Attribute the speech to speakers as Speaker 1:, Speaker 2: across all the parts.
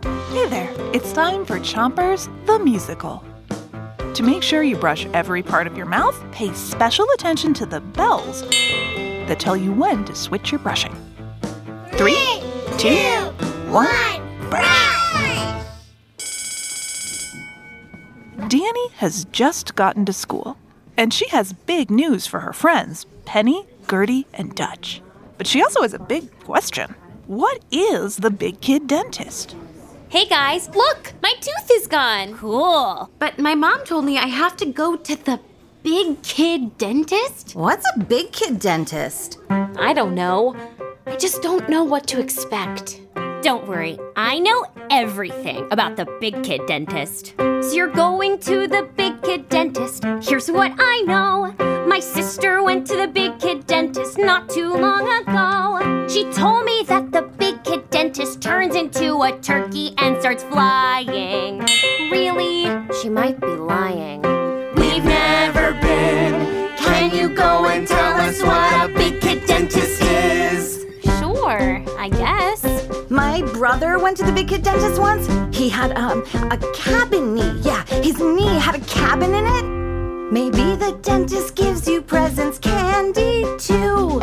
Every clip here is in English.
Speaker 1: there. It's time for Chompers the Musical. To make sure you brush every part of your mouth, pay special attention to the bells that tell you when to switch your brushing. Three, two, one,
Speaker 2: brush!
Speaker 1: Danny has just gotten to school, and she has big news for her friends, Penny, Gertie, and Dutch. But she also has a big question What is the big kid dentist?
Speaker 3: Hey guys, look! My tooth is gone! Cool. But my mom told me I have to go to the big kid dentist?
Speaker 4: What's a big kid dentist?
Speaker 3: I don't know. I just don't know what to expect.
Speaker 5: Don't worry, I know everything about the Big Kid Dentist. So you're going to the Big Kid Dentist. Here's what I know. My sister went to the Big Kid Dentist not too long ago. She told me that the Big Kid Dentist turns into a turkey and starts flying. Really? She might be lying. We've never been. Can you go and tell us what a Big Kid Dentist is? Sure, I guess.
Speaker 4: My brother went to the big kid dentist once. He had um a cabin knee. Yeah, his knee had a cabin in it. Maybe the dentist gives you presents, candy too.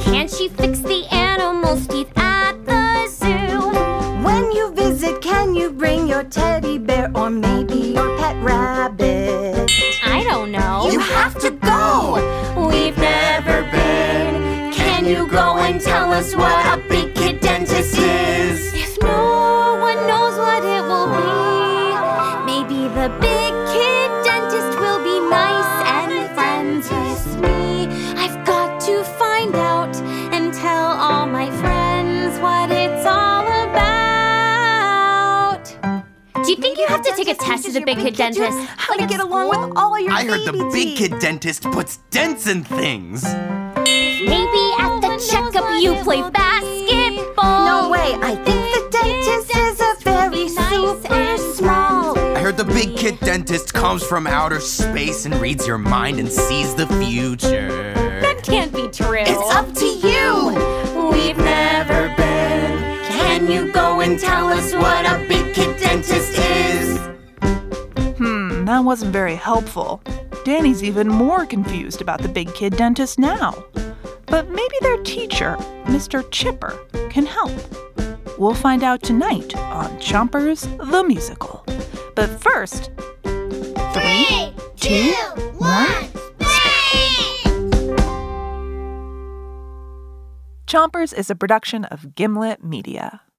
Speaker 5: Can she fix the animal's teeth at the zoo?
Speaker 4: When you visit, can you bring your teddy bear or maybe your pet rabbit?
Speaker 5: I don't know.
Speaker 4: You have to go.
Speaker 5: We've never been. Can you go and tell us what a big kid dentist is? If no one knows what it will be, maybe the big kid dentist will be nice and friends with me. I've got to find out and tell all my friends what it's all about.
Speaker 3: Do you think
Speaker 5: You have to take a test
Speaker 4: teaches
Speaker 5: as a
Speaker 4: your
Speaker 5: big kid dentist.
Speaker 4: children How to get along with all your
Speaker 6: I heard the
Speaker 4: baby
Speaker 6: big
Speaker 4: teeth.
Speaker 6: kid dentist puts dents in things.
Speaker 5: Maybe at the checkup you play basketball.
Speaker 4: No way. I think the dentist is a very super small.
Speaker 6: I heard the big kid dentist comes from outer space and reads your mind and sees the future.
Speaker 3: can't be true.
Speaker 6: It's up to you.
Speaker 5: We've never been. Can you go and tell us what a big kid dentist is?
Speaker 1: Hmm, that wasn't very helpful. Danny's even more confused about the big kid dentist now. But maybe their teacher, Mr. Chipper, can help. We'll find out tonight on Chompers the Musical. But first,
Speaker 2: Three, two, one, brush!
Speaker 1: Chompers is a production of Gimlet Media.